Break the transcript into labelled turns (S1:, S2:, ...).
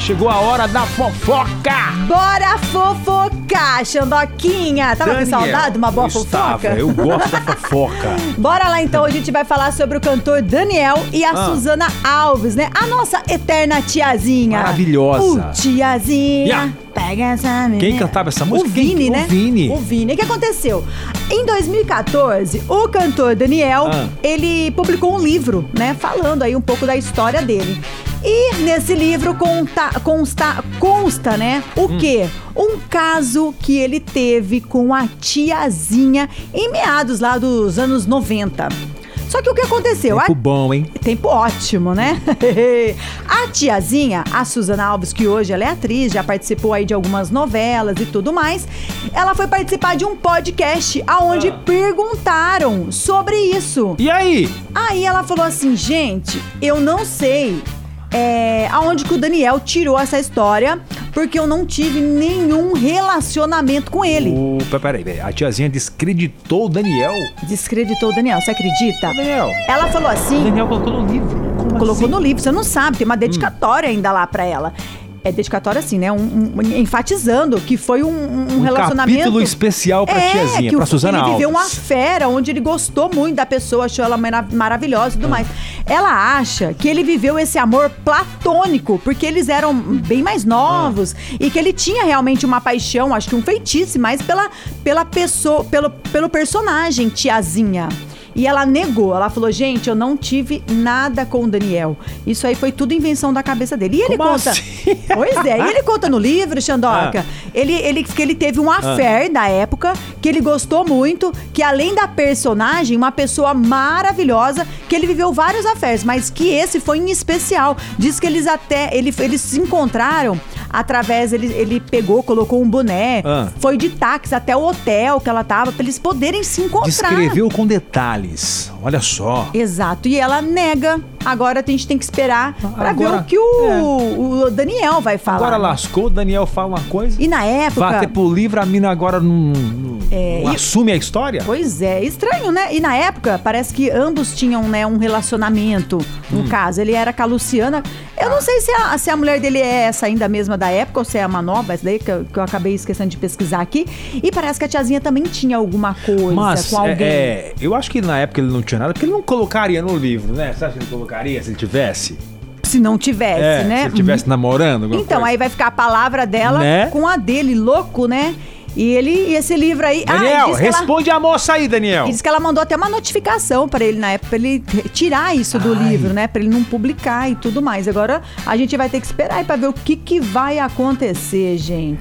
S1: Chegou a hora da fofoca!
S2: Bora fofocar, Xandoquinha! Tava
S1: Daniel,
S2: com saudade de uma boa
S1: estava,
S2: fofoca?
S1: Eu gosto da fofoca.
S2: Bora lá então, hoje a gente vai falar sobre o cantor Daniel e a
S1: Ah.
S2: Suzana Alves, né? A nossa eterna tiazinha.
S1: Maravilhosa.
S2: O tiazinha.
S1: Yeah.
S2: Pega essa menina.
S1: Quem cantava essa música?
S2: O
S1: Quem-
S2: Vini, né?
S1: o Vini.
S2: O Vini. O que aconteceu? Em 2014, o cantor Daniel,
S1: Ah.
S2: ele publicou um livro, né? Falando aí um pouco da história dele. E nesse livro conta, consta, consta, né? O quê? Um caso que ele teve com a tiazinha em meados lá dos anos 90. Só que o que aconteceu? A
S1: Tempo bom, hein?
S2: Tempo ótimo, né? a tiazinha, a Suzana Alves, que hoje ela é atriz, já participou aí de algumas novelas e tudo mais, ela foi participar de um podcast aonde perguntaram sobre isso.
S1: E aí?
S2: Aí ela falou assim, gente, eu não sei é, aonde que o Daniel tirou essa história, porque eu não tive nenhum relacionamento com ele.
S1: O... pe- Peraí, peraí, a tiazinha descreditou o Daniel.
S2: Descreditou o Daniel, você acredita?
S1: O Daniel.
S2: Ela falou assim...
S1: O Daniel colocou no livro. Como
S2: Tá. colocou
S1: assim?
S2: no livro, você não sabe, tem uma dedicatória ainda lá pra ela. É dedicatória assim, né? Um- um- enfatizando que foi um, um
S1: um
S2: relacionamento.
S1: capítulo especial pra
S2: é,
S1: tiazinha,
S2: que o-
S1: pra Suzana
S2: ele viveu uma
S1: Alves.
S2: fera onde ele gostou muito da pessoa, achou ela mara- maravilhosa e
S1: É.
S2: tudo mais. Ela acha que ele viveu esse amor platônico, porque eles eram bem mais
S1: É.
S2: novos e que ele tinha realmente uma paixão, acho que um feitiço, mas pela, pela pessoa, pelo, pelo personagem tiazinha. E ela negou, ela falou: gente, eu não tive nada com o Daniel. Isso aí foi tudo invenção da cabeça dele. E ele
S1: Como
S2: conta.
S1: assim?
S2: Pois é, e ele conta no livro, Xandoca,
S1: Ah.
S2: ele, ele, que ele teve um affair da época, que ele gostou muito, que além da personagem, uma pessoa maravilhosa, que ele viveu vários affairs, mas que esse foi em especial. Diz que eles até, ele, eles se encontraram através, ele, ele pegou, colocou um boné,
S1: Ah.
S2: foi de táxi até o hotel que ela tava, pra eles poderem se encontrar.
S1: Descreveu com detalhes. Olha só.
S2: Exato, e ela nega. Agora a gente tem que esperar pra ver
S1: Agora-
S2: o que o, o Daniel vai falar.
S1: Agora lascou, o Daniel fala uma coisa.
S2: E na época.
S1: Vai até pro livro, a mina agora não, não-
S2: É,
S1: não
S2: e-
S1: assume a história?
S2: Pois é, estranho, né? E na época, parece que ambos tinham, né, um relacionamento. No
S1: Hum.
S2: caso, ele era com a Luciana. Eu não sei se a, se a mulher dele é essa ainda mesma da época ou se é uma nova, essa daí que eu, que eu acabei esquecendo de pesquisar aqui. E parece que a tiazinha também tinha alguma coisa
S1: Mas,
S2: com
S1: é,
S2: alguém.
S1: é, eu acho que na época ele não tinha nada, porque ele não colocaria no livro, né? Você acha que ele colocaria se ele tivesse?
S2: Se não tivesse,
S1: É,
S2: né?
S1: Se ele tivesse namorando, alguma
S2: Então,
S1: coisa.
S2: aí vai ficar a palavra dela
S1: Né?
S2: com a dele, louco, né? E ele, e esse livro aí. Ah,
S1: Daniel,
S2: diz que ela-
S1: responde a moça aí, Daniel.
S2: E diz que ela mandou até uma notificação pra ele na época, pra ele re- tirar isso do
S1: Ai.
S2: livro, né? Pra ele não publicar e tudo mais. Agora a gente vai ter que esperar aí pra ver o que, que vai acontecer, gente.